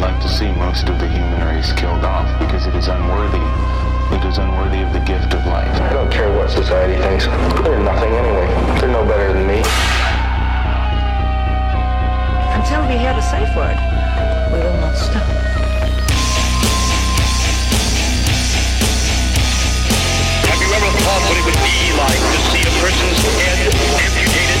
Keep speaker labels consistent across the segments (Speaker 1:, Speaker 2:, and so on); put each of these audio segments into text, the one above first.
Speaker 1: like to see most of the human race killed off because it is unworthy. It is unworthy of the gift of life.
Speaker 2: I don't care what society thinks. They're nothing anyway. They're no better than me.
Speaker 3: Until we hear the safe word, we will not stop.
Speaker 4: Have you ever thought what it would be like to see a person's head amputated?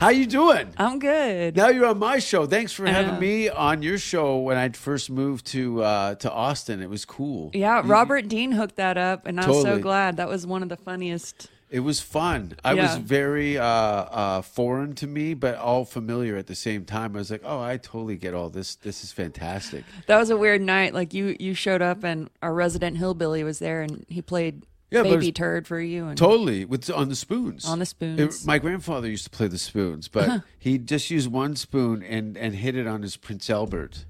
Speaker 5: How you doing?
Speaker 6: I'm good.
Speaker 5: Now you're on my show. Thanks for having
Speaker 6: know.
Speaker 5: me on your show when I first moved to uh, to Austin. It was cool.
Speaker 6: Yeah, Robert Dean hooked that up, and I'm
Speaker 5: Mm-hmm. Totally.
Speaker 6: so glad. That was one of the funniest.
Speaker 5: It was fun. I was
Speaker 6: Yeah.
Speaker 5: very uh, uh, foreign to me, but all familiar at the same time. I was like, "Oh, I totally get all this. This is fantastic."
Speaker 6: That was a weird night. Like you, you showed up, and our resident hillbilly was there, and he played
Speaker 5: Yeah, but it
Speaker 6: baby
Speaker 5: was-
Speaker 6: turd for you. And
Speaker 5: Totally, with on the spoons.
Speaker 6: On the spoons.
Speaker 5: my grandfather used to play the spoons, but he just used one spoon and and hit it on his Prince Albert.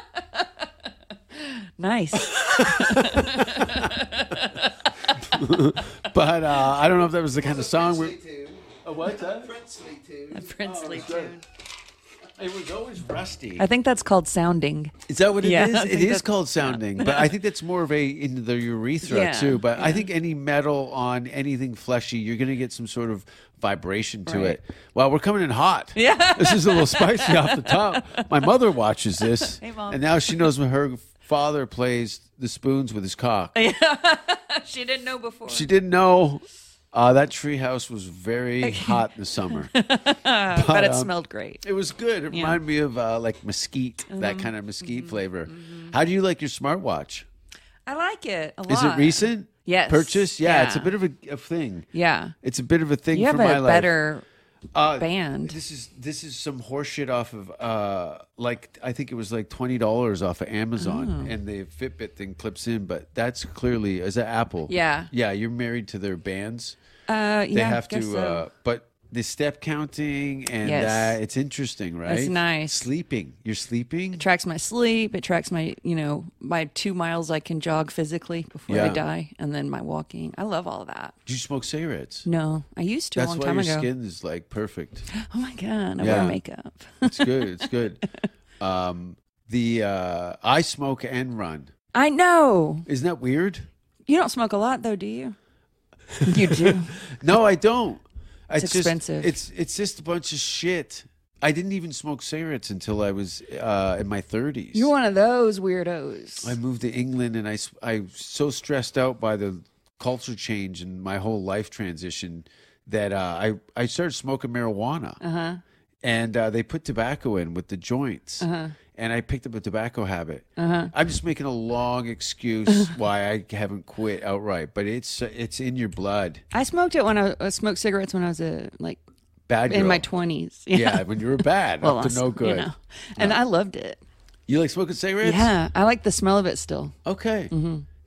Speaker 6: nice.
Speaker 5: But uh, I don't know if that was the kind of song. We,
Speaker 6: A princely tune.
Speaker 5: it was always rusty.
Speaker 6: I think that's called sounding.
Speaker 5: Is that what it is?
Speaker 6: Yeah, I
Speaker 5: It
Speaker 6: think
Speaker 5: is
Speaker 6: that's-
Speaker 5: called sounding, but I think that's more of a in the urethra
Speaker 6: Yeah,
Speaker 5: too. But I think any metal on anything fleshy, you're going to get some sort of vibration to
Speaker 6: Right.
Speaker 5: it. Wow, we're coming in hot.
Speaker 6: Yeah.
Speaker 5: this is a little spicy off the top. My mother watches this,
Speaker 6: Hey, Mom.
Speaker 5: and now she knows when her father plays the spoons with his cock.
Speaker 6: She didn't know before.
Speaker 5: She didn't know. Uh, that treehouse was very hot in the summer.
Speaker 6: but
Speaker 5: um,
Speaker 6: it smelled great.
Speaker 5: It was good. It
Speaker 6: Yeah. Mm-hmm.
Speaker 5: reminded me of uh, like mesquite, that kind of mesquite flavor. How do you like your smartwatch?
Speaker 6: I like it a lot.
Speaker 5: Is it recent?
Speaker 6: Yes.
Speaker 5: Purchase? Yeah, it's a
Speaker 6: Yeah.
Speaker 5: bit of a, a thing.
Speaker 6: Yeah.
Speaker 5: It's a bit of a thing
Speaker 6: You have
Speaker 5: for my
Speaker 6: a
Speaker 5: life.
Speaker 6: better
Speaker 5: Uh,
Speaker 6: band.
Speaker 5: This is this is some horseshit off of uh like I think it was like twenty dollars off of
Speaker 6: Oh.
Speaker 5: Amazon and the Fitbit thing clips in, but that's clearly is that Apple.
Speaker 6: Yeah.
Speaker 5: Yeah, you're married to their bands.
Speaker 6: Uh,
Speaker 5: They
Speaker 6: yeah,
Speaker 5: have to
Speaker 6: guess so.
Speaker 5: uh but the step counting and
Speaker 6: Yes.
Speaker 5: uh, it's interesting, right?
Speaker 6: That's nice.
Speaker 5: Sleeping. You're sleeping?
Speaker 6: tracks my sleep. It tracks my, you know, my two miles I can jog physically before I
Speaker 5: Yeah.
Speaker 6: die, and then my walking. I love all of that.
Speaker 5: Do you smoke cigarettes?
Speaker 6: No, I used to
Speaker 5: That's
Speaker 6: a long
Speaker 5: why
Speaker 6: time
Speaker 5: your
Speaker 6: ago.
Speaker 5: skin is like perfect.
Speaker 6: Oh my god, I
Speaker 5: Yeah.
Speaker 6: wear makeup.
Speaker 5: It's good. It's good. Um, the uh, I smoke and run.
Speaker 6: I know
Speaker 5: Isn't that weird?
Speaker 6: you don't smoke a lot though, do you? You do.
Speaker 5: No, I don't.
Speaker 6: It's
Speaker 5: just-
Speaker 6: expensive.
Speaker 5: It's it's just a bunch of shit. I didn't even smoke cigarettes until I was uh, in my thirties.
Speaker 6: You're one of those weirdos.
Speaker 5: I moved to England, and I s- I was so stressed out by the culture change and my whole life transition that uh, I I started smoking marijuana. Uh-huh. And uh, they put tobacco in with the joints. Uh-huh. And I picked up a tobacco habit. Uh-huh. I'm just making a long excuse why I haven't quit outright, but it's uh, it's in your blood.
Speaker 6: I smoked it when I, I smoked cigarettes when I was a like
Speaker 5: Bad
Speaker 6: in my
Speaker 5: girl.
Speaker 6: twenties.
Speaker 5: Yeah, when you were bad,
Speaker 6: Well,
Speaker 5: up to
Speaker 6: I-
Speaker 5: no good.
Speaker 6: You, know. And I loved it.
Speaker 5: You like smoking cigarettes?
Speaker 6: Yeah, Mm-hmm. I like the smell of it still.
Speaker 5: Okay.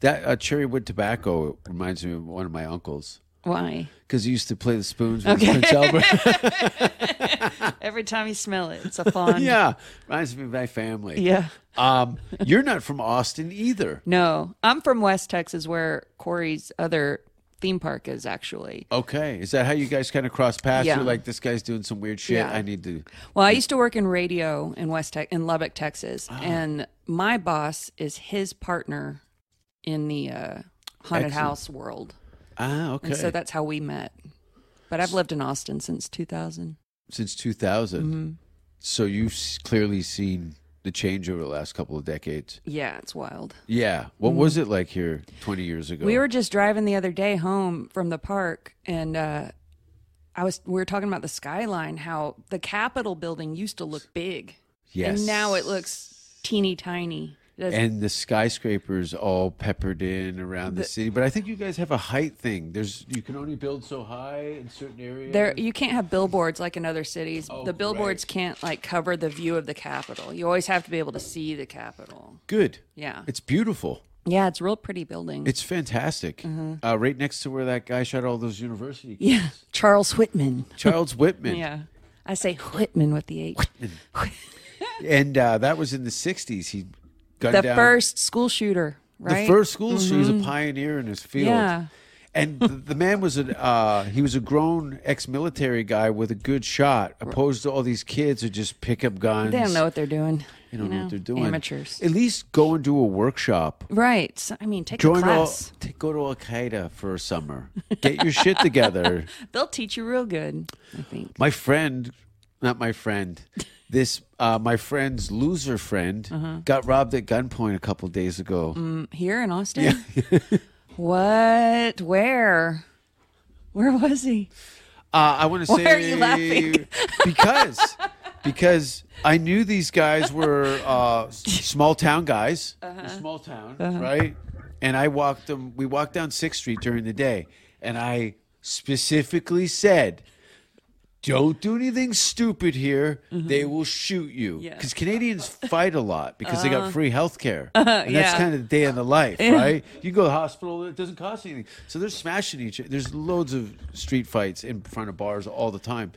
Speaker 5: That uh, cherry wood tobacco reminds me of one of my uncles
Speaker 6: Why?
Speaker 5: because he used to play the spoons with
Speaker 6: Okay.
Speaker 5: Prince Albert.
Speaker 6: Every time you smell it, it's a fond.
Speaker 5: yeah, reminds me of my family.
Speaker 6: Yeah.
Speaker 5: Um, you're not from Austin either.
Speaker 6: No, I'm from West Texas, where Corey's other theme park is actually.
Speaker 5: Okay, is that how you guys kind of cross paths?
Speaker 6: Yeah.
Speaker 5: You're like, this guy's doing some weird shit.
Speaker 6: Yeah.
Speaker 5: I need to.
Speaker 6: Well, I used to work in radio in West Tex in Lubbock, Texas,
Speaker 5: Ah.
Speaker 6: and my boss is his partner in the uh, haunted
Speaker 5: Excellent.
Speaker 6: house world,
Speaker 5: Ah, okay.
Speaker 6: and so that's how we met. But I've lived in Austin since 2000.
Speaker 5: Since 2000, Mm-hmm. so you've s- clearly seen the change over the last couple of decades.
Speaker 6: Yeah, it's wild.
Speaker 5: Yeah. What was it like here 20 years ago?
Speaker 6: Mm-hmm. We were just driving the other day home from the park, and uh, I was we were talking about the skyline, how the Capitol building used to look big,
Speaker 5: Yes.
Speaker 6: and now it looks teeny tiny. It doesn't-
Speaker 5: and the skyscrapers all peppered in around the, city. But I think you guys have a height thing. There's you can only build so high in certain areas.
Speaker 6: there, you can't have billboards like in other cities. the
Speaker 5: Oh, right.
Speaker 6: billboards can't like cover the view of the Capitol. You always have to be able to see the Capitol.
Speaker 5: Good.
Speaker 6: Yeah.
Speaker 5: It's beautiful.
Speaker 6: Yeah, it's a real pretty building.
Speaker 5: It's fantastic. Uh, right next to where that guy shot all those university kids.
Speaker 6: Mm-hmm. yeah, Charles Whitman.
Speaker 5: Charles Whitman.
Speaker 6: Yeah, I say Whitman with the H.
Speaker 5: And uh, that was in the 60s. He gunned
Speaker 6: the
Speaker 5: down
Speaker 6: first school shooter, right? Mm-hmm.
Speaker 5: the first school shooter. He was a pioneer in his field.
Speaker 6: Yeah.
Speaker 5: And the, the man was a uh, he was a grown ex-military guy with a good shot, opposed to all these kids who just pick up guns.
Speaker 6: They don't know what they're doing.
Speaker 5: They don't know, what they're doing.
Speaker 6: Amateurs.
Speaker 5: At least go and do a workshop.
Speaker 6: right. So, I mean, take a
Speaker 5: Join all,
Speaker 6: class.
Speaker 5: t- go to Al Qaeda for a summer. Get your shit together.
Speaker 6: They'll teach you real good, I think.
Speaker 5: My friend, not my friend, this uh, my friend's loser friend got robbed at gunpoint a couple days ago.
Speaker 6: Here in Austin? what? Where? Where was he?
Speaker 5: Uh, I want to say
Speaker 6: Why are you laughing?
Speaker 5: because because I knew these guys were uh, s- small town guys,
Speaker 6: Uh-huh.
Speaker 5: small town, right? And I walked them. We walked down Sixth Street during the day, and I specifically said. Don't do anything stupid here. They will shoot you.
Speaker 6: Mm-hmm. Yeah. Uh-huh.
Speaker 5: Because Canadians fight a lot because they got free health care. and that's
Speaker 6: yeah.
Speaker 5: kind of the day in the life, right? You go to the hospital, it doesn't cost anything. So they're smashing each other. There's loads of street fights in front of bars all the time.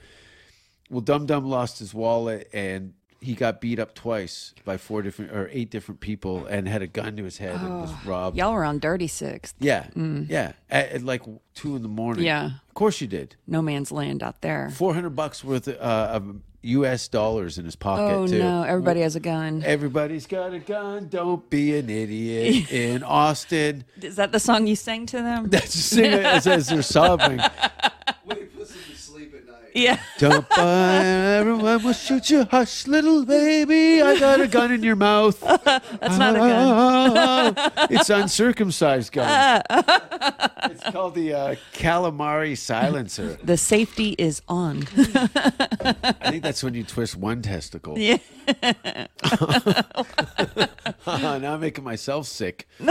Speaker 5: Well, Dum Dum lost his wallet and he got beat up twice by four different or eight different people and had a gun to his head and
Speaker 6: Oh,
Speaker 5: was robbed.
Speaker 6: Y'all were on Dirty Sixth,
Speaker 5: Yeah. Yeah. At, at like two in the morning.
Speaker 6: Mm. Yeah.
Speaker 5: Of course you did.
Speaker 6: no man's land out there.
Speaker 5: Four hundred bucks worth uh, of U.S. dollars in his pocket.
Speaker 6: Oh,
Speaker 5: too.
Speaker 6: no. Everybody has a gun.
Speaker 5: Everybody's got a gun. Don't be an idiot in Austin.
Speaker 6: Is that the song you sang to them?
Speaker 5: That's the singer as, as they're sobbing.
Speaker 6: yeah.
Speaker 5: Don't buy, everyone will shoot you. Hush, little baby, I got a gun in your mouth.
Speaker 6: That's not a gun.
Speaker 5: Oh, it's uncircumcised gun. it's called the uh, calamari silencer.
Speaker 6: The safety is on.
Speaker 5: I think that's when you twist one testicle.
Speaker 6: Yeah.
Speaker 5: now I'm making myself sick.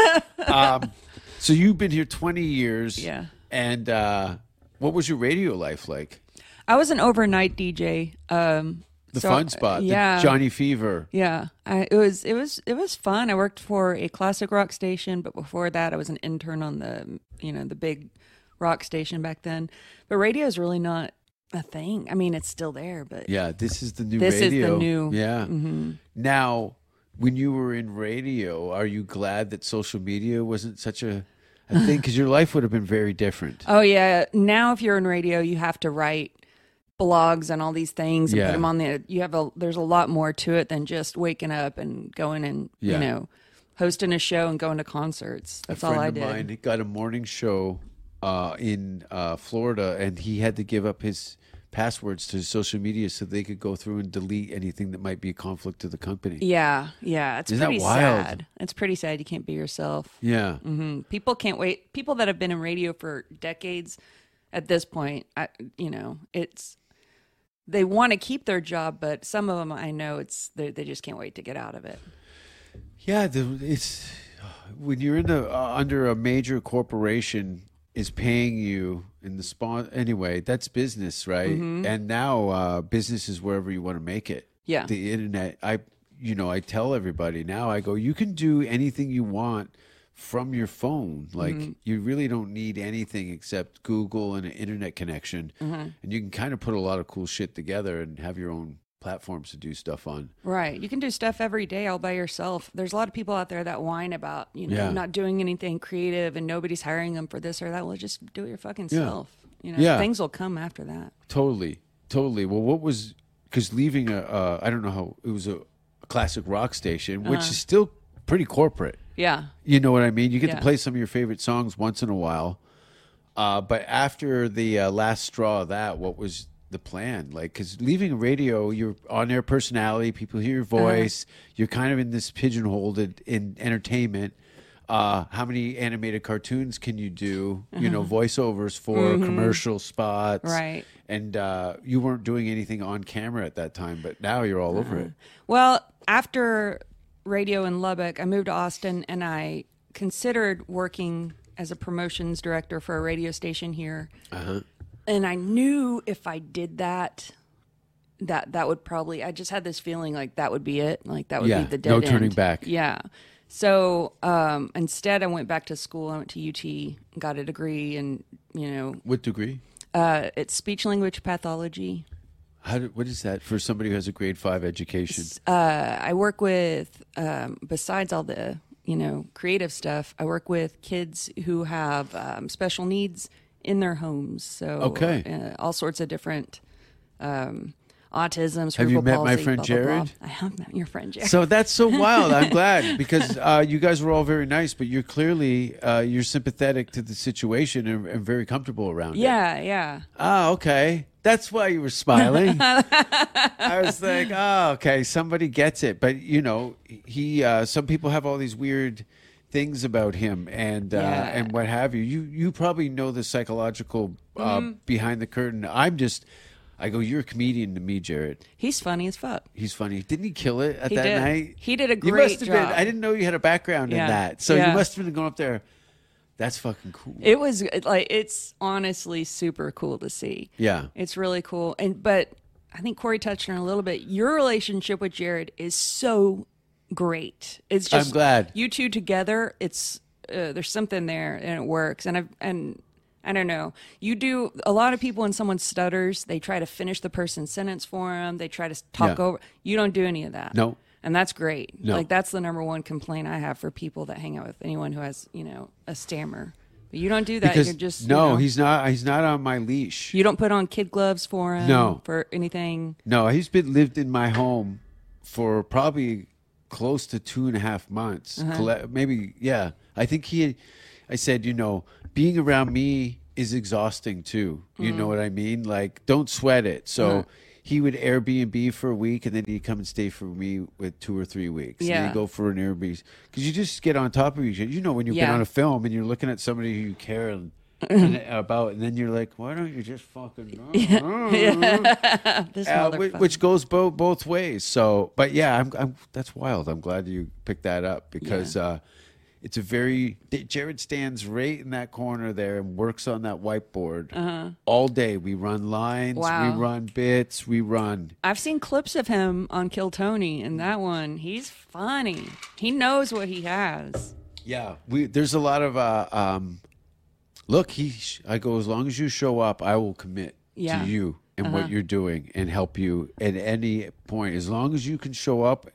Speaker 5: um, so you've been here 20 years.
Speaker 6: Yeah.
Speaker 5: And uh, what was your radio life like?
Speaker 6: I was an overnight DJ. Um,
Speaker 5: The
Speaker 6: so-
Speaker 5: fun spot,
Speaker 6: Yeah.
Speaker 5: the Johnny Fever.
Speaker 6: Yeah, I, it was it was it was fun. I worked for a classic rock station, but before that, I was an intern on the you know the big rock station back then. But radio is really not a thing. I mean, it's still there, but
Speaker 5: Yeah, this is the new
Speaker 6: This is the
Speaker 5: radio.
Speaker 6: new- mm-hmm.
Speaker 5: Yeah. Now, when you were in radio, are you glad that social media wasn't such a, a thing? Because your life would have been very different.
Speaker 6: oh yeah, now if you're in radio, you have to write blogs and all these things and put
Speaker 5: Yeah.
Speaker 6: them on the. You have a there's a lot more to it than just waking up and going and
Speaker 5: Yeah.
Speaker 6: you know hosting a show and going to concerts. That's
Speaker 5: friend
Speaker 6: all I
Speaker 5: of
Speaker 6: did.
Speaker 5: mine got a morning show uh, in uh, Florida, and he had to give up his passwords to his social media so they could go through and delete anything that might be a conflict to the company.
Speaker 6: Yeah, yeah, it's
Speaker 5: Isn't that
Speaker 6: pretty
Speaker 5: wild?
Speaker 6: sad. It's pretty sad. You can't be yourself.
Speaker 5: Yeah,
Speaker 6: Mm-hmm. people can't wait people that have been in radio for decades at this point I, you know it's they want to keep their job but some of them i know it's they they just can't wait to get out of it
Speaker 5: yeah. The, it's when you're in a, uh, under a major corporation is paying you in the spawn anyway. That's business, right? And now uh, business is wherever you want to make it.
Speaker 6: Yeah.
Speaker 5: the internet. I you know I tell everybody now. I go, you can do anything you want from your phone. Like you really don't need anything except Google and an internet connection, and you can kind of put a lot of cool shit together and have your own platforms to do stuff on.
Speaker 6: right you can do stuff every day all by yourself there's a lot of people out there that whine about you know
Speaker 5: Yeah.
Speaker 6: not doing anything creative and nobody's hiring them for this or that well just do it your fucking self you know
Speaker 5: Yeah.
Speaker 6: things will come after that
Speaker 5: Totally, totally. Well, what was because leaving a uh, I don't know how it was a, a classic rock station, which is still pretty corporate.
Speaker 6: yeah
Speaker 5: You know what I mean? You get
Speaker 6: Yeah.
Speaker 5: to play some of your favorite songs once in a while. Uh, but after the uh, last straw of that, what was the plan? Like, because leaving radio, you're on air personality, people hear your
Speaker 6: Uh-huh.
Speaker 5: voice, you're kind of in this pigeonholed in, in entertainment. Uh, how many animated cartoons can you do? You know, voiceovers for commercial spots.
Speaker 6: Uh-huh. Mm-hmm. Right.
Speaker 5: And uh, you weren't doing anything on camera at that time, but now you're all over
Speaker 6: Uh-huh.
Speaker 5: it.
Speaker 6: Well, after radio in Lubbock, I moved to Austin and I considered working as a promotions director for a radio station here.
Speaker 5: Uh-huh.
Speaker 6: And I knew if I did that, that that would probably I just had this feeling like that would be it. Like that would
Speaker 5: Yeah,
Speaker 6: be the dead
Speaker 5: no turning
Speaker 6: end.
Speaker 5: back.
Speaker 6: Yeah. So um, instead, I went back to school. I went to UT, got a degree, and you know,
Speaker 5: What degree?
Speaker 6: uh, it's speech language pathology.
Speaker 5: How do, what is that for somebody who has a grade five education?
Speaker 6: I work with, um, besides all the you know creative stuff, I work with kids who have um, special needs in their homes. So
Speaker 5: Okay.
Speaker 6: uh, all sorts of different um, autism.
Speaker 5: Have you met
Speaker 6: cerebral
Speaker 5: my
Speaker 6: palsy,
Speaker 5: friend
Speaker 6: blah, blah, blah.
Speaker 5: Jared?
Speaker 6: I have met your friend Jared.
Speaker 5: So that's so wild. I'm glad because uh, you guys were all very nice, but you're clearly uh, you're sympathetic to the situation and, and very comfortable around it.
Speaker 6: yeah, yeah.
Speaker 5: Oh, okay. That's why you were smiling. I was like, oh, okay, somebody gets it. But you know, he. Uh, some people have all these weird things about him and uh,
Speaker 6: Yeah.
Speaker 5: and what have you. You you probably know the psychological uh,
Speaker 6: Mm-hmm.
Speaker 5: behind the curtain. I'm just. I go, you're a comedian to me, Jared.
Speaker 6: He's funny as fuck.
Speaker 5: He's funny. Didn't he kill it at
Speaker 6: He
Speaker 5: that
Speaker 6: did.
Speaker 5: night?
Speaker 6: He did a
Speaker 5: You
Speaker 6: great
Speaker 5: must have
Speaker 6: job.
Speaker 5: Been, I didn't know you had a background in
Speaker 6: Yeah.
Speaker 5: that, so
Speaker 6: Yeah.
Speaker 5: you must have been going up there. That's fucking cool.
Speaker 6: It was it, like it's honestly super cool to see.
Speaker 5: Yeah.
Speaker 6: It's really cool. And but I think Corey touched on it a little bit. Your relationship with Jared is so great. It's
Speaker 5: I'm
Speaker 6: just
Speaker 5: glad.
Speaker 6: you two together. It's uh, there's something there and it works. And I have and I don't know. You do a lot of people when someone stutters, they try to finish the person's sentence for them. They try to talk
Speaker 5: Yeah.
Speaker 6: over. You don't do any of that.
Speaker 5: No.
Speaker 6: And that's great.
Speaker 5: No.
Speaker 6: Like that's the number one complaint I have for people that hang out with anyone who has, you know, a stammer. But you don't do that.
Speaker 5: because
Speaker 6: You're just
Speaker 5: no,
Speaker 6: you know,
Speaker 5: he's not. He's not on my leash.
Speaker 6: you don't put on kid gloves for him.
Speaker 5: No.
Speaker 6: for anything.
Speaker 5: No, he's been lived in my home for probably close to two and a half months.
Speaker 6: Uh-huh.
Speaker 5: Colle- Maybe, yeah. I think he, I said, you know, being around me is exhausting too. You
Speaker 6: Mm-hmm.
Speaker 5: know what I mean? Like, don't sweat it. So
Speaker 6: Uh-huh.
Speaker 5: he would Airbnb for a week and then he'd come and stay for me with two or three weeks. And then
Speaker 6: Yeah.
Speaker 5: he'd go for an Airbnb. Because you just get on top of each other. You know, when you've
Speaker 6: Yeah.
Speaker 5: been on a film and you're looking at somebody who you care and, and uh, about, and then you're like, why don't you just fucking.
Speaker 6: This
Speaker 5: Uh,
Speaker 6: motherfucker.
Speaker 5: whi- which goes both both ways. So, but yeah, I'm, I'm that's wild. I'm glad you picked that up because uh, it's a very D- Jared stands right in that corner there and works on that whiteboard all day. We run lines,
Speaker 6: Wow.
Speaker 5: we run bits, we run.
Speaker 6: I've seen clips of him on Kill Tony, and that one, he's funny. He knows what he has.
Speaker 5: Yeah, we there's a lot of uh, um, look. He sh- I go as long as you show up, I will commit
Speaker 6: Yeah. Uh-huh.
Speaker 5: to you and what you're doing and help you at any point as long as you can show up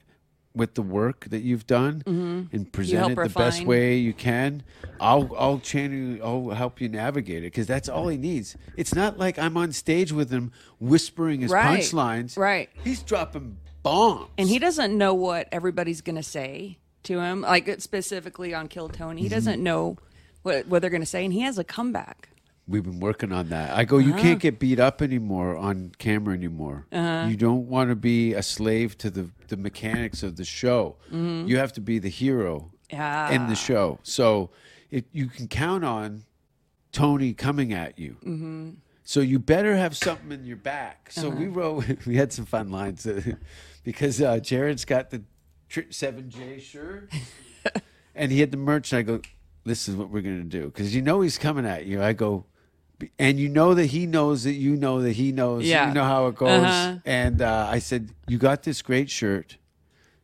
Speaker 5: with the work that you've done and present
Speaker 6: Mm-hmm. help
Speaker 5: it the best
Speaker 6: refine.
Speaker 5: way you can i'll i'll channel you i'll help you navigate it because that's all he needs it's not like i'm on stage with him whispering his
Speaker 6: Right.
Speaker 5: punchlines
Speaker 6: Right.
Speaker 5: he's dropping bombs
Speaker 6: And he doesn't know what everybody's gonna say to him, like it's specifically on Kill Tony.
Speaker 5: Mm-hmm.
Speaker 6: He doesn't know what what they're gonna say, and he has a comeback.
Speaker 5: We've been working on that. I go, you can't get beat up anymore on camera anymore. You don't want to be a slave to the, the mechanics of the show. You have to be the hero in
Speaker 6: Yeah.
Speaker 5: the show. So it, you can count on Tony coming at you. So you better have something in your back. So we wrote, we had some fun lines uh, because uh, Jared's got the tri- 7J shirt and he had the merch. And I go, this is what we're going to do. Because you know he's coming at you. I go, and you know that he knows that you know that he knows.
Speaker 6: Yeah.
Speaker 5: You know how it goes.
Speaker 6: Uh-huh.
Speaker 5: And uh, I said, you got this great shirt.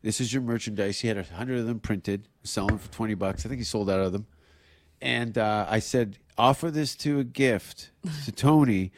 Speaker 5: This is your merchandise. He had a hundred of them printed, selling for 20 bucks. I think he sold out of them. And uh, I said, offer this to a gift to Tony.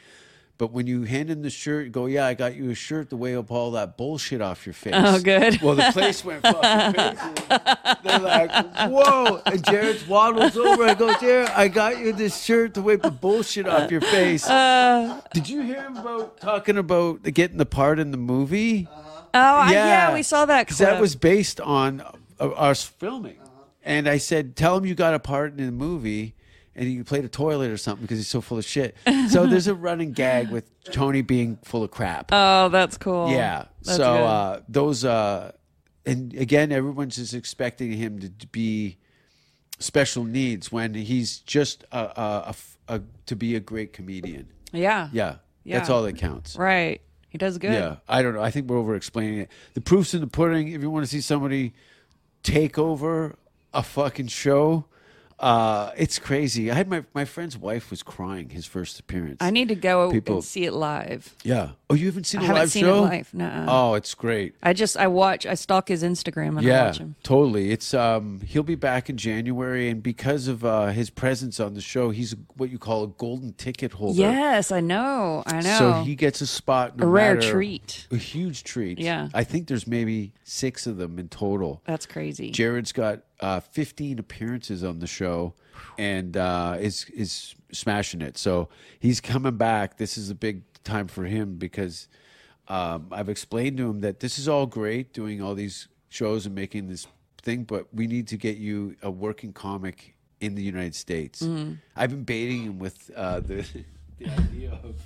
Speaker 5: But when you hand him the shirt, go, yeah, I got you a shirt to wave up all that bullshit off your face.
Speaker 6: Oh, good.
Speaker 5: Well, the place went fucking crazy. They're like, whoa. And Jared waddles over. I go, Jared, I got you this shirt to wipe the bullshit off your face.
Speaker 6: Uh,
Speaker 5: Did you hear him about talking about getting the part in the movie?
Speaker 6: Oh, I, yeah, we saw that.
Speaker 5: 'Cause
Speaker 6: Clip.
Speaker 5: That was based on uh, us filming. And I said, tell him you got a part in the movie and he played a toilet or something because he's so full of shit. so there's a running gag with Tony being full of crap.
Speaker 6: oh, that's cool.
Speaker 5: Yeah.
Speaker 6: That's
Speaker 5: so
Speaker 6: good.
Speaker 5: uh, those, uh, and again, everyone's just expecting him to d- be special needs when he's just a, a- a f- a- to be a great comedian.
Speaker 6: yeah,
Speaker 5: Yeah, that's
Speaker 6: Yeah.
Speaker 5: all that counts.
Speaker 6: right. He does good.
Speaker 5: Yeah, I don't know. I think we're over explaining it. The proof's in the pudding. If you want to see somebody take over a fucking show, Uh, it's crazy. I had my my friend's wife was crying his first appearance.
Speaker 6: I need to go
Speaker 5: People-
Speaker 6: and see it live.
Speaker 5: Yeah. Oh, you haven't seen
Speaker 6: I
Speaker 5: a
Speaker 6: haven't
Speaker 5: live
Speaker 6: seen it
Speaker 5: show?
Speaker 6: live, nuh-uh.
Speaker 5: Oh, it's great.
Speaker 6: I just I watch I stalk his Instagram and I
Speaker 5: yeah,
Speaker 6: watch him.
Speaker 5: totally. It's um he'll be back in January, and because of uh, his presence on the show, he's what you call a golden ticket holder.
Speaker 6: Yes, I know. I know.
Speaker 5: So he gets a spot. No
Speaker 6: A rare
Speaker 5: matter-
Speaker 6: treat.
Speaker 5: A huge treat.
Speaker 6: Yeah.
Speaker 5: I think there's maybe six of them in total.
Speaker 6: That's crazy.
Speaker 5: Jared's got uh, 15 appearances on the show, and uh, is is smashing it. So he's coming back. This is a big time for him because um, I've explained to him that this is all great doing all these shows and making this thing, but we need to get you a working comic in the United States.
Speaker 6: Mm-hmm.
Speaker 5: I've been baiting him with uh, the, the idea of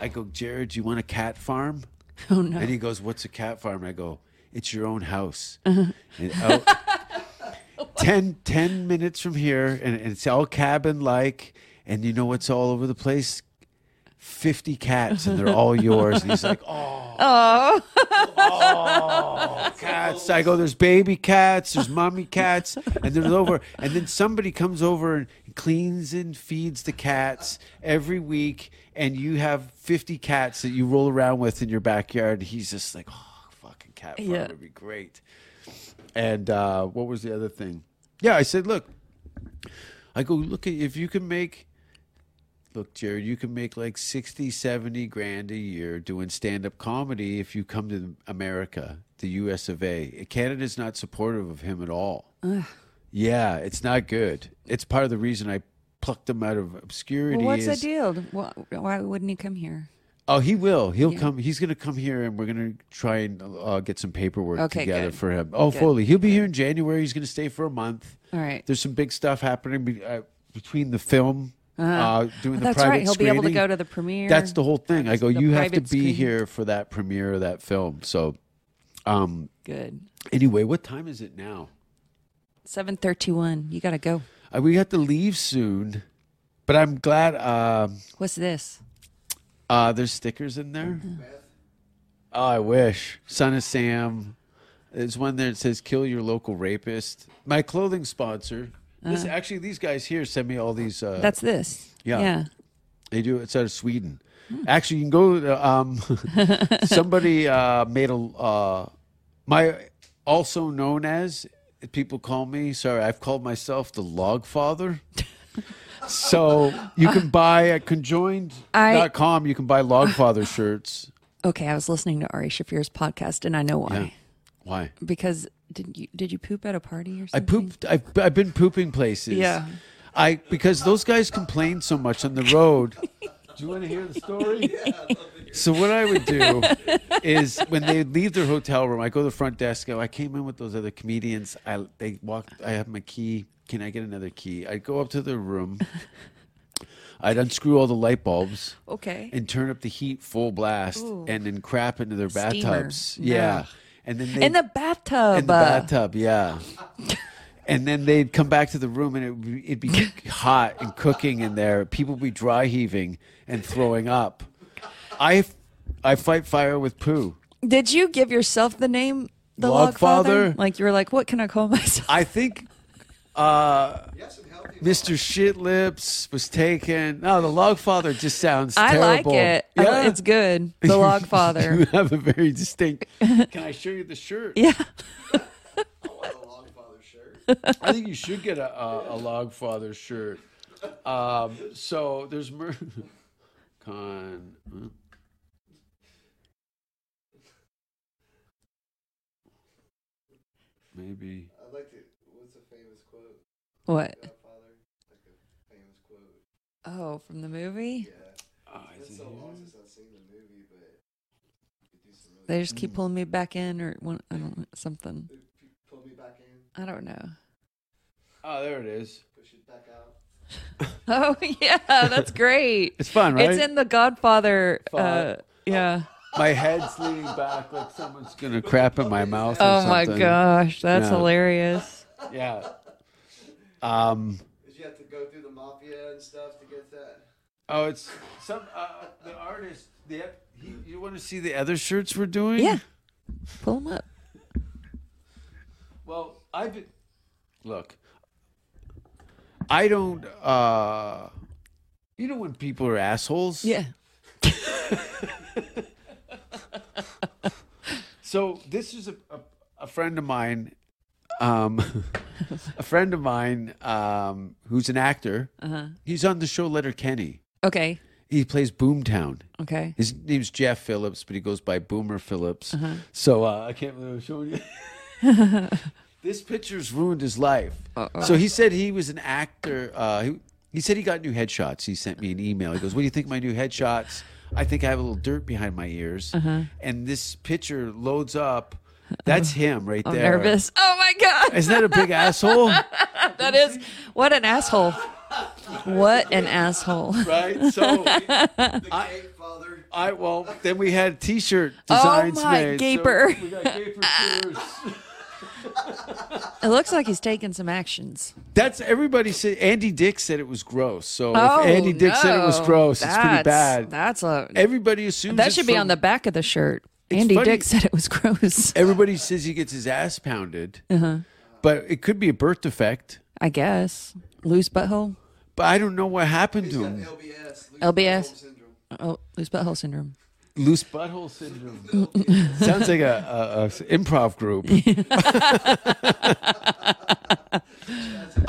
Speaker 5: I go, Jared, you want a cat farm?
Speaker 6: oh no.
Speaker 5: And he goes, "What's a cat farm?" I go, "It's your own house." And, oh, ten, 10 minutes from here, and, and it's all cabin like, and you know what's all over the place? Fifty cats, and they're all yours. And he's like, "Oh, oh, cats!" I go, "There's baby cats, there's mommy cats, and there's over." And then somebody comes over and cleans and feeds the cats every week, and you have fifty cats that you roll around with in your backyard. And he's just like, "Oh, fucking cat farm
Speaker 6: Yeah.
Speaker 5: would be great." And uh, what was the other thing? Yeah, I said, look, I go, look, if you can make, look, Jared, you can make like 60, 70 grand a year doing stand up comedy if you come to America, the US of A. Canada's not supportive of him at all. Yeah, it's not good. It's part of the reason I plucked him out of obscurity.
Speaker 6: Well, what's the
Speaker 5: is-
Speaker 6: deal? Why, why wouldn't he come here?
Speaker 5: Oh, he will. He'll come. He's going to come here, and we're going to try and uh, get some paperwork
Speaker 6: Okay,
Speaker 5: together
Speaker 6: good.
Speaker 5: for him. Oh,
Speaker 6: Good.
Speaker 5: Foley, he'll be here in January. He's going to stay for a month.
Speaker 6: All right.
Speaker 5: There's some big stuff happening be, uh, between the film, uh doing the
Speaker 6: Uh-huh. That's
Speaker 5: private
Speaker 6: right. He'll be able to
Speaker 5: screening.
Speaker 6: go to the premiere.
Speaker 5: That's the whole thing. I go.
Speaker 6: The
Speaker 5: You have to be
Speaker 6: private screening.
Speaker 5: here for that premiere of that film. So, um,
Speaker 6: Good.
Speaker 5: anyway, what time is it now?
Speaker 6: Seven thirty-one. You gotta go.
Speaker 5: Uh, we have to leave soon, but I'm glad. um
Speaker 6: What's this?
Speaker 5: Uh, there's stickers in there. Oh, I wish. Son of Sam. There's one there that says "Kill your local rapist." My clothing sponsor. This actually, these guys here send me all these. Uh,
Speaker 6: Uh-huh. That's this.
Speaker 5: yeah.
Speaker 6: Yeah.
Speaker 5: they do. It's out of Sweden. Actually, you can go. to, Um, somebody uh, made a uh, my also known as people call me. Sorry, I've called myself the Log Father. so you can buy at conjoined.com. You can buy Logfather shirts.
Speaker 6: Okay. I was listening to Ari Shafir's podcast, and I know why.
Speaker 5: Yeah. Why?
Speaker 6: Because did you did you poop at a party or
Speaker 5: I
Speaker 6: something?
Speaker 5: pooped. I've, I've been pooping places.
Speaker 6: Yeah.
Speaker 5: I because those guys complain so much on the road. do you want to hear the story? So what I would do is when they leave their hotel room, I go to the front desk. I go, I came in with those other comedians. I they walked. I have my key. Can I get another key? I'd go up to their room. I'd unscrew all the light bulbs.
Speaker 6: Okay.
Speaker 5: And turn up the heat full blast,
Speaker 6: Ooh.
Speaker 5: and then crap into their
Speaker 6: Steamer.
Speaker 5: bathtubs.
Speaker 6: Yeah.
Speaker 5: Yeah. And then they,
Speaker 6: In the bathtub.
Speaker 5: in the bathtub, yeah. And then they'd come back to the room, and it would be- it'd be hot and cooking in there. People would be dry heaving and throwing up. I, I fight fire with poo.
Speaker 6: Did you give yourself the name the
Speaker 5: Log
Speaker 6: Log Father?
Speaker 5: Father?
Speaker 6: Like you were like, what can I call myself?
Speaker 5: I think uh, Mr. Shit Lips was taken. No, the Log Father just sounds
Speaker 6: I like
Speaker 5: terrible.
Speaker 6: it. I li- it's good. The Log
Speaker 5: you
Speaker 6: Father.
Speaker 5: have a very distinct. Can I show you the shirt?
Speaker 6: yeah.
Speaker 5: I think you should get a, a, a Log Father shirt. Um, so there's mer- con. Maybe.
Speaker 6: What? Oh, from the movie?
Speaker 5: Oh,
Speaker 6: They just keep pulling me back in or one, I don't know, something. I don't know.
Speaker 5: Oh, there it is.
Speaker 6: Oh yeah, that's great.
Speaker 5: It's fun, right?
Speaker 6: It's in the Godfather. Uh,
Speaker 5: Fun.
Speaker 6: yeah.
Speaker 5: my head's leaning back like someone's gonna crap in my mouth. Or
Speaker 6: Oh my
Speaker 5: something.
Speaker 6: gosh, that's
Speaker 5: Yeah.
Speaker 6: hilarious.
Speaker 5: Yeah. Um.
Speaker 7: You have to go through the mafia and stuff to get that.
Speaker 5: Oh, it's some uh, the artist. The he, you want to see the other shirts we're doing?
Speaker 6: Yeah. Pull them up.
Speaker 5: Well, I've been, look. I don't. uh You know when people are assholes.
Speaker 6: Yeah.
Speaker 5: So this is a a, a friend of mine, um, a friend of mine um, who's an actor.
Speaker 6: Uh-huh.
Speaker 5: He's on the show Letter Kenny.
Speaker 6: Okay.
Speaker 5: He plays Boomtown.
Speaker 6: Okay.
Speaker 5: His name's Jeff Phillips, but he goes by Boomer Phillips.
Speaker 6: Uh-huh.
Speaker 5: So uh, I can't believe I'm showing you. this picture's ruined his life. So he said he was an actor. Uh, he, he said he got new headshots. He sent me an email. He goes, What do you think of my new headshots? I think I have a little dirt behind my ears.
Speaker 6: Uh-huh.
Speaker 5: And this picture loads up. That's him right
Speaker 6: I'm
Speaker 5: there.
Speaker 6: nervous. Oh my god.
Speaker 5: Isn't that a big asshole?
Speaker 6: That is what an asshole. What an asshole.
Speaker 5: Right? So
Speaker 7: Hey, father.
Speaker 5: I well then we had T-shirt
Speaker 6: Oh
Speaker 5: designs
Speaker 6: my
Speaker 5: made. So
Speaker 6: gaper.
Speaker 5: we got gaper shirts.
Speaker 6: It looks like he's taking some actions.
Speaker 5: That's everybody said. Andy Dick said it was gross. So
Speaker 6: Oh,
Speaker 5: if Andy Dick said it was
Speaker 6: no.
Speaker 5: gross, it's pretty
Speaker 6: That's-
Speaker 5: bad.
Speaker 6: That's a
Speaker 5: everybody assumes
Speaker 6: that
Speaker 5: it's
Speaker 6: should be
Speaker 5: from-
Speaker 6: on the back of the shirt.
Speaker 5: It's
Speaker 6: Andy
Speaker 5: funny-
Speaker 6: Dick said it was gross.
Speaker 5: Everybody says he gets his ass pounded,
Speaker 6: Uh-huh.
Speaker 5: but it could be a birth defect.
Speaker 6: I guess loose butthole.
Speaker 5: But I don't know what happened to him.
Speaker 7: LBS. Luke
Speaker 6: LBS.
Speaker 7: Holmes syndrome.
Speaker 6: Oh, loose butthole syndrome.
Speaker 5: Loose butthole syndrome. Sounds like a, a, a s- improv group.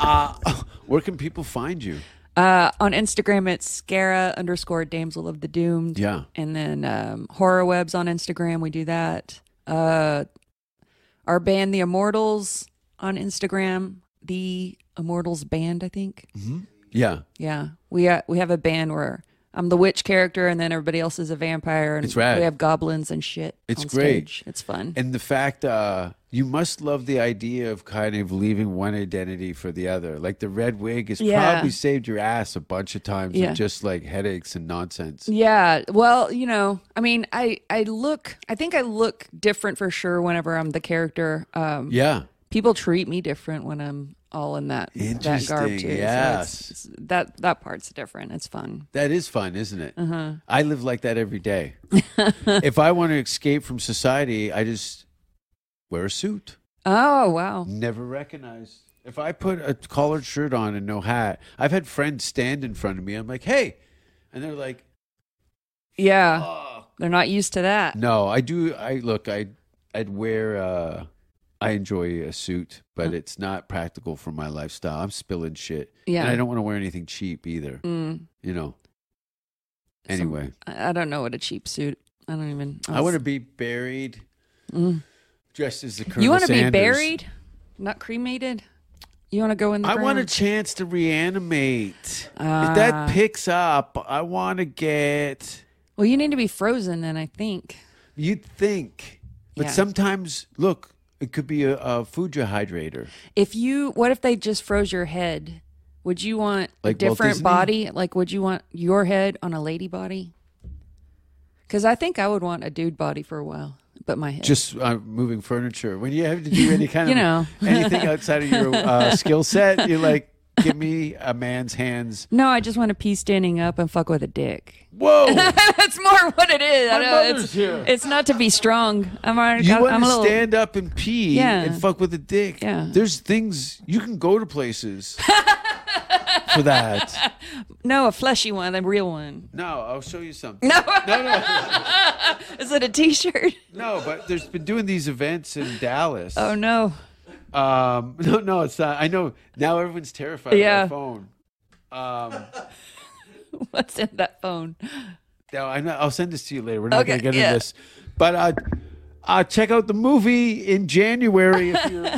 Speaker 5: uh, where can people find you?
Speaker 6: Uh, on Instagram, it's Scara underscore Damsel of the Doomed.
Speaker 5: Yeah.
Speaker 6: And then um, Horror Webs on Instagram. We do that. Uh, our band, The Immortals, on Instagram. The Immortals Band, I think.
Speaker 5: Yeah,
Speaker 6: Yeah, we uh, we have a band where I'm the witch character, and then everybody else is a vampire, and
Speaker 5: It's rad.
Speaker 6: we have goblins and shit.
Speaker 5: It's
Speaker 6: on
Speaker 5: great.
Speaker 6: Stage. It's fun.
Speaker 5: and the fact uh, you must love the idea of kind of leaving one identity for the other. Like the red wig has
Speaker 6: Yeah.
Speaker 5: probably saved your ass a bunch of times
Speaker 6: Yeah.
Speaker 5: with just like headaches and nonsense.
Speaker 6: yeah, well, you know, I mean, I I look, I think I look different for sure whenever I'm the character. Um,
Speaker 5: Yeah,
Speaker 6: people treat me different when I'm all in that that garb
Speaker 5: Interesting,
Speaker 6: too. So
Speaker 5: yes.
Speaker 6: it's- it's- that that part's different. It's fun.
Speaker 5: that is fun, isn't it?
Speaker 6: Uh-huh.
Speaker 5: I live like that every day. if I want to escape from society, I just wear a suit.
Speaker 6: Oh wow,
Speaker 5: Never recognized. If I put a collared shirt on and no hat, I've had friends stand in front of me. I'm like, hey, and they're like,
Speaker 6: yeah,
Speaker 5: oh
Speaker 6: they're not used to that.
Speaker 5: No, I do. I look. I I'd wear. Uh, I enjoy a suit, but
Speaker 6: Uh-huh.
Speaker 5: it's not practical for my lifestyle. I'm spilling shit.
Speaker 6: Yeah.
Speaker 5: and I don't want to wear anything cheap either.
Speaker 6: Mm,
Speaker 5: You know.
Speaker 6: some-
Speaker 5: Anyway,
Speaker 6: I, I don't know what a cheap suit. I don't even.
Speaker 5: I want to be buried dressed as the Colonel.
Speaker 6: You want to be
Speaker 5: Sanders.
Speaker 6: buried, not cremated. You want to go in the
Speaker 5: I want a
Speaker 6: ground? Ah.
Speaker 5: chance to reanimate. if that picks up, I want to get.
Speaker 6: well, you need to be frozen then. I think.
Speaker 5: You'd think, but
Speaker 6: Yeah.
Speaker 5: sometimes look, it could be a, a food hydrator.
Speaker 6: If you, what if they just froze your head? Would you want
Speaker 5: Like Walt
Speaker 6: a different
Speaker 5: Disney?
Speaker 6: body? Like, would you want your head on a lady body? Because I think I would want a dude body for a while, but my head.
Speaker 5: just uh, moving furniture when you have to do any kind
Speaker 6: You
Speaker 5: of
Speaker 6: know.
Speaker 5: anything outside of your uh, skill set you're like give me a man's hands
Speaker 6: no, I just want a pee standing up and fuck with a dick.
Speaker 5: whoa
Speaker 6: That's more what it is. I
Speaker 5: My
Speaker 6: know,
Speaker 5: mother's
Speaker 6: it's,
Speaker 5: here.
Speaker 6: it's not to be strong. I'm, already-
Speaker 5: you
Speaker 6: I'm,
Speaker 5: want
Speaker 6: a
Speaker 5: to
Speaker 6: little.
Speaker 5: stand up and pee
Speaker 6: Yeah.
Speaker 5: and fuck with a dick
Speaker 6: Yeah.
Speaker 5: there's things you can go to places for that
Speaker 6: No, a fleshy one, a real one.
Speaker 5: no i'll show you something
Speaker 6: No,
Speaker 5: no no
Speaker 6: is it a t-shirt?
Speaker 5: no but there's been doing these events in dallas
Speaker 6: Oh no.
Speaker 5: Um, no, no, it's not. I know now everyone's terrified
Speaker 6: Yeah.
Speaker 5: of their phone. Um,
Speaker 6: What's in that phone?
Speaker 5: now I'm not, I'll send this to you later. We're not
Speaker 6: Okay,
Speaker 5: going to get
Speaker 6: yeah.
Speaker 5: into this, but uh, uh, check out the movie in January if you're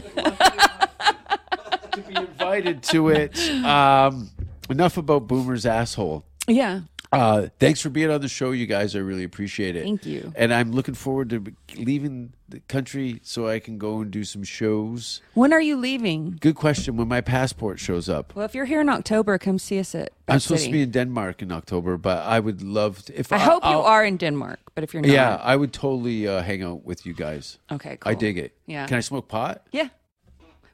Speaker 5: to be invited to it. Um, enough about Boomer's asshole.
Speaker 6: Yeah.
Speaker 5: Uh, thanks for being on the show, you guys. I really appreciate it.
Speaker 6: Thank you.
Speaker 5: And I'm looking forward to leaving the country so I can go and do some shows.
Speaker 6: When are you leaving?
Speaker 5: Good question. When my passport shows up.
Speaker 6: Well, if you're here in October, come see us at.
Speaker 5: I'm
Speaker 6: Bat
Speaker 5: supposed to
Speaker 6: City.
Speaker 5: be in Denmark in October, but I would love to. If
Speaker 6: I hope you
Speaker 5: I'll-
Speaker 6: are in Denmark, but if you're not,
Speaker 5: Yeah, I would totally uh, hang out with you guys.
Speaker 6: Okay, cool.
Speaker 5: I dig it.
Speaker 6: Yeah.
Speaker 5: Can I smoke pot?
Speaker 6: Yeah.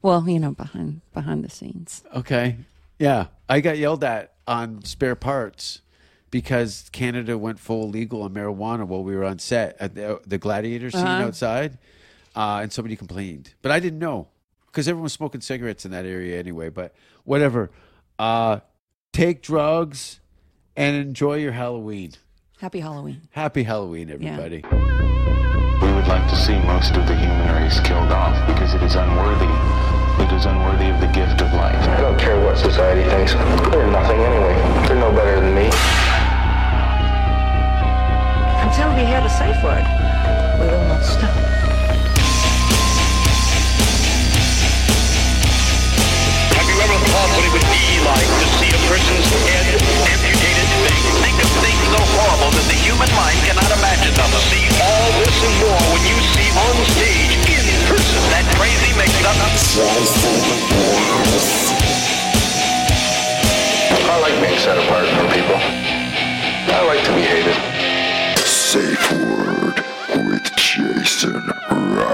Speaker 6: Well, you know, behind behind the scenes.
Speaker 5: Okay. Yeah. I got yelled at on spare parts because Canada went full legal on marijuana while we were on set at the, the gladiator scene
Speaker 6: Uh-huh.
Speaker 5: outside. Uh, and somebody complained, but I didn't know because everyone was smoking cigarettes in that area anyway. But whatever. Uh, take drugs and enjoy your Halloween.
Speaker 6: Happy Halloween.
Speaker 5: Happy Halloween, everybody.
Speaker 1: We would like to see most of the human race killed off because it is unworthy. It is unworthy of the gift of life.
Speaker 2: I don't care what society thinks. They're nothing anyway. They're no better than me.
Speaker 3: Until we hear the safe word, we will not stop.
Speaker 4: Have you ever thought what it would be like to see a person's head amputated? Think, think of things so horrible that the human mind cannot imagine them. See all this and more when you see on stage, in person, that crazy mix-up.
Speaker 2: I like being set apart from people. I like to be hated.
Speaker 8: Safe word with Jason Rouse.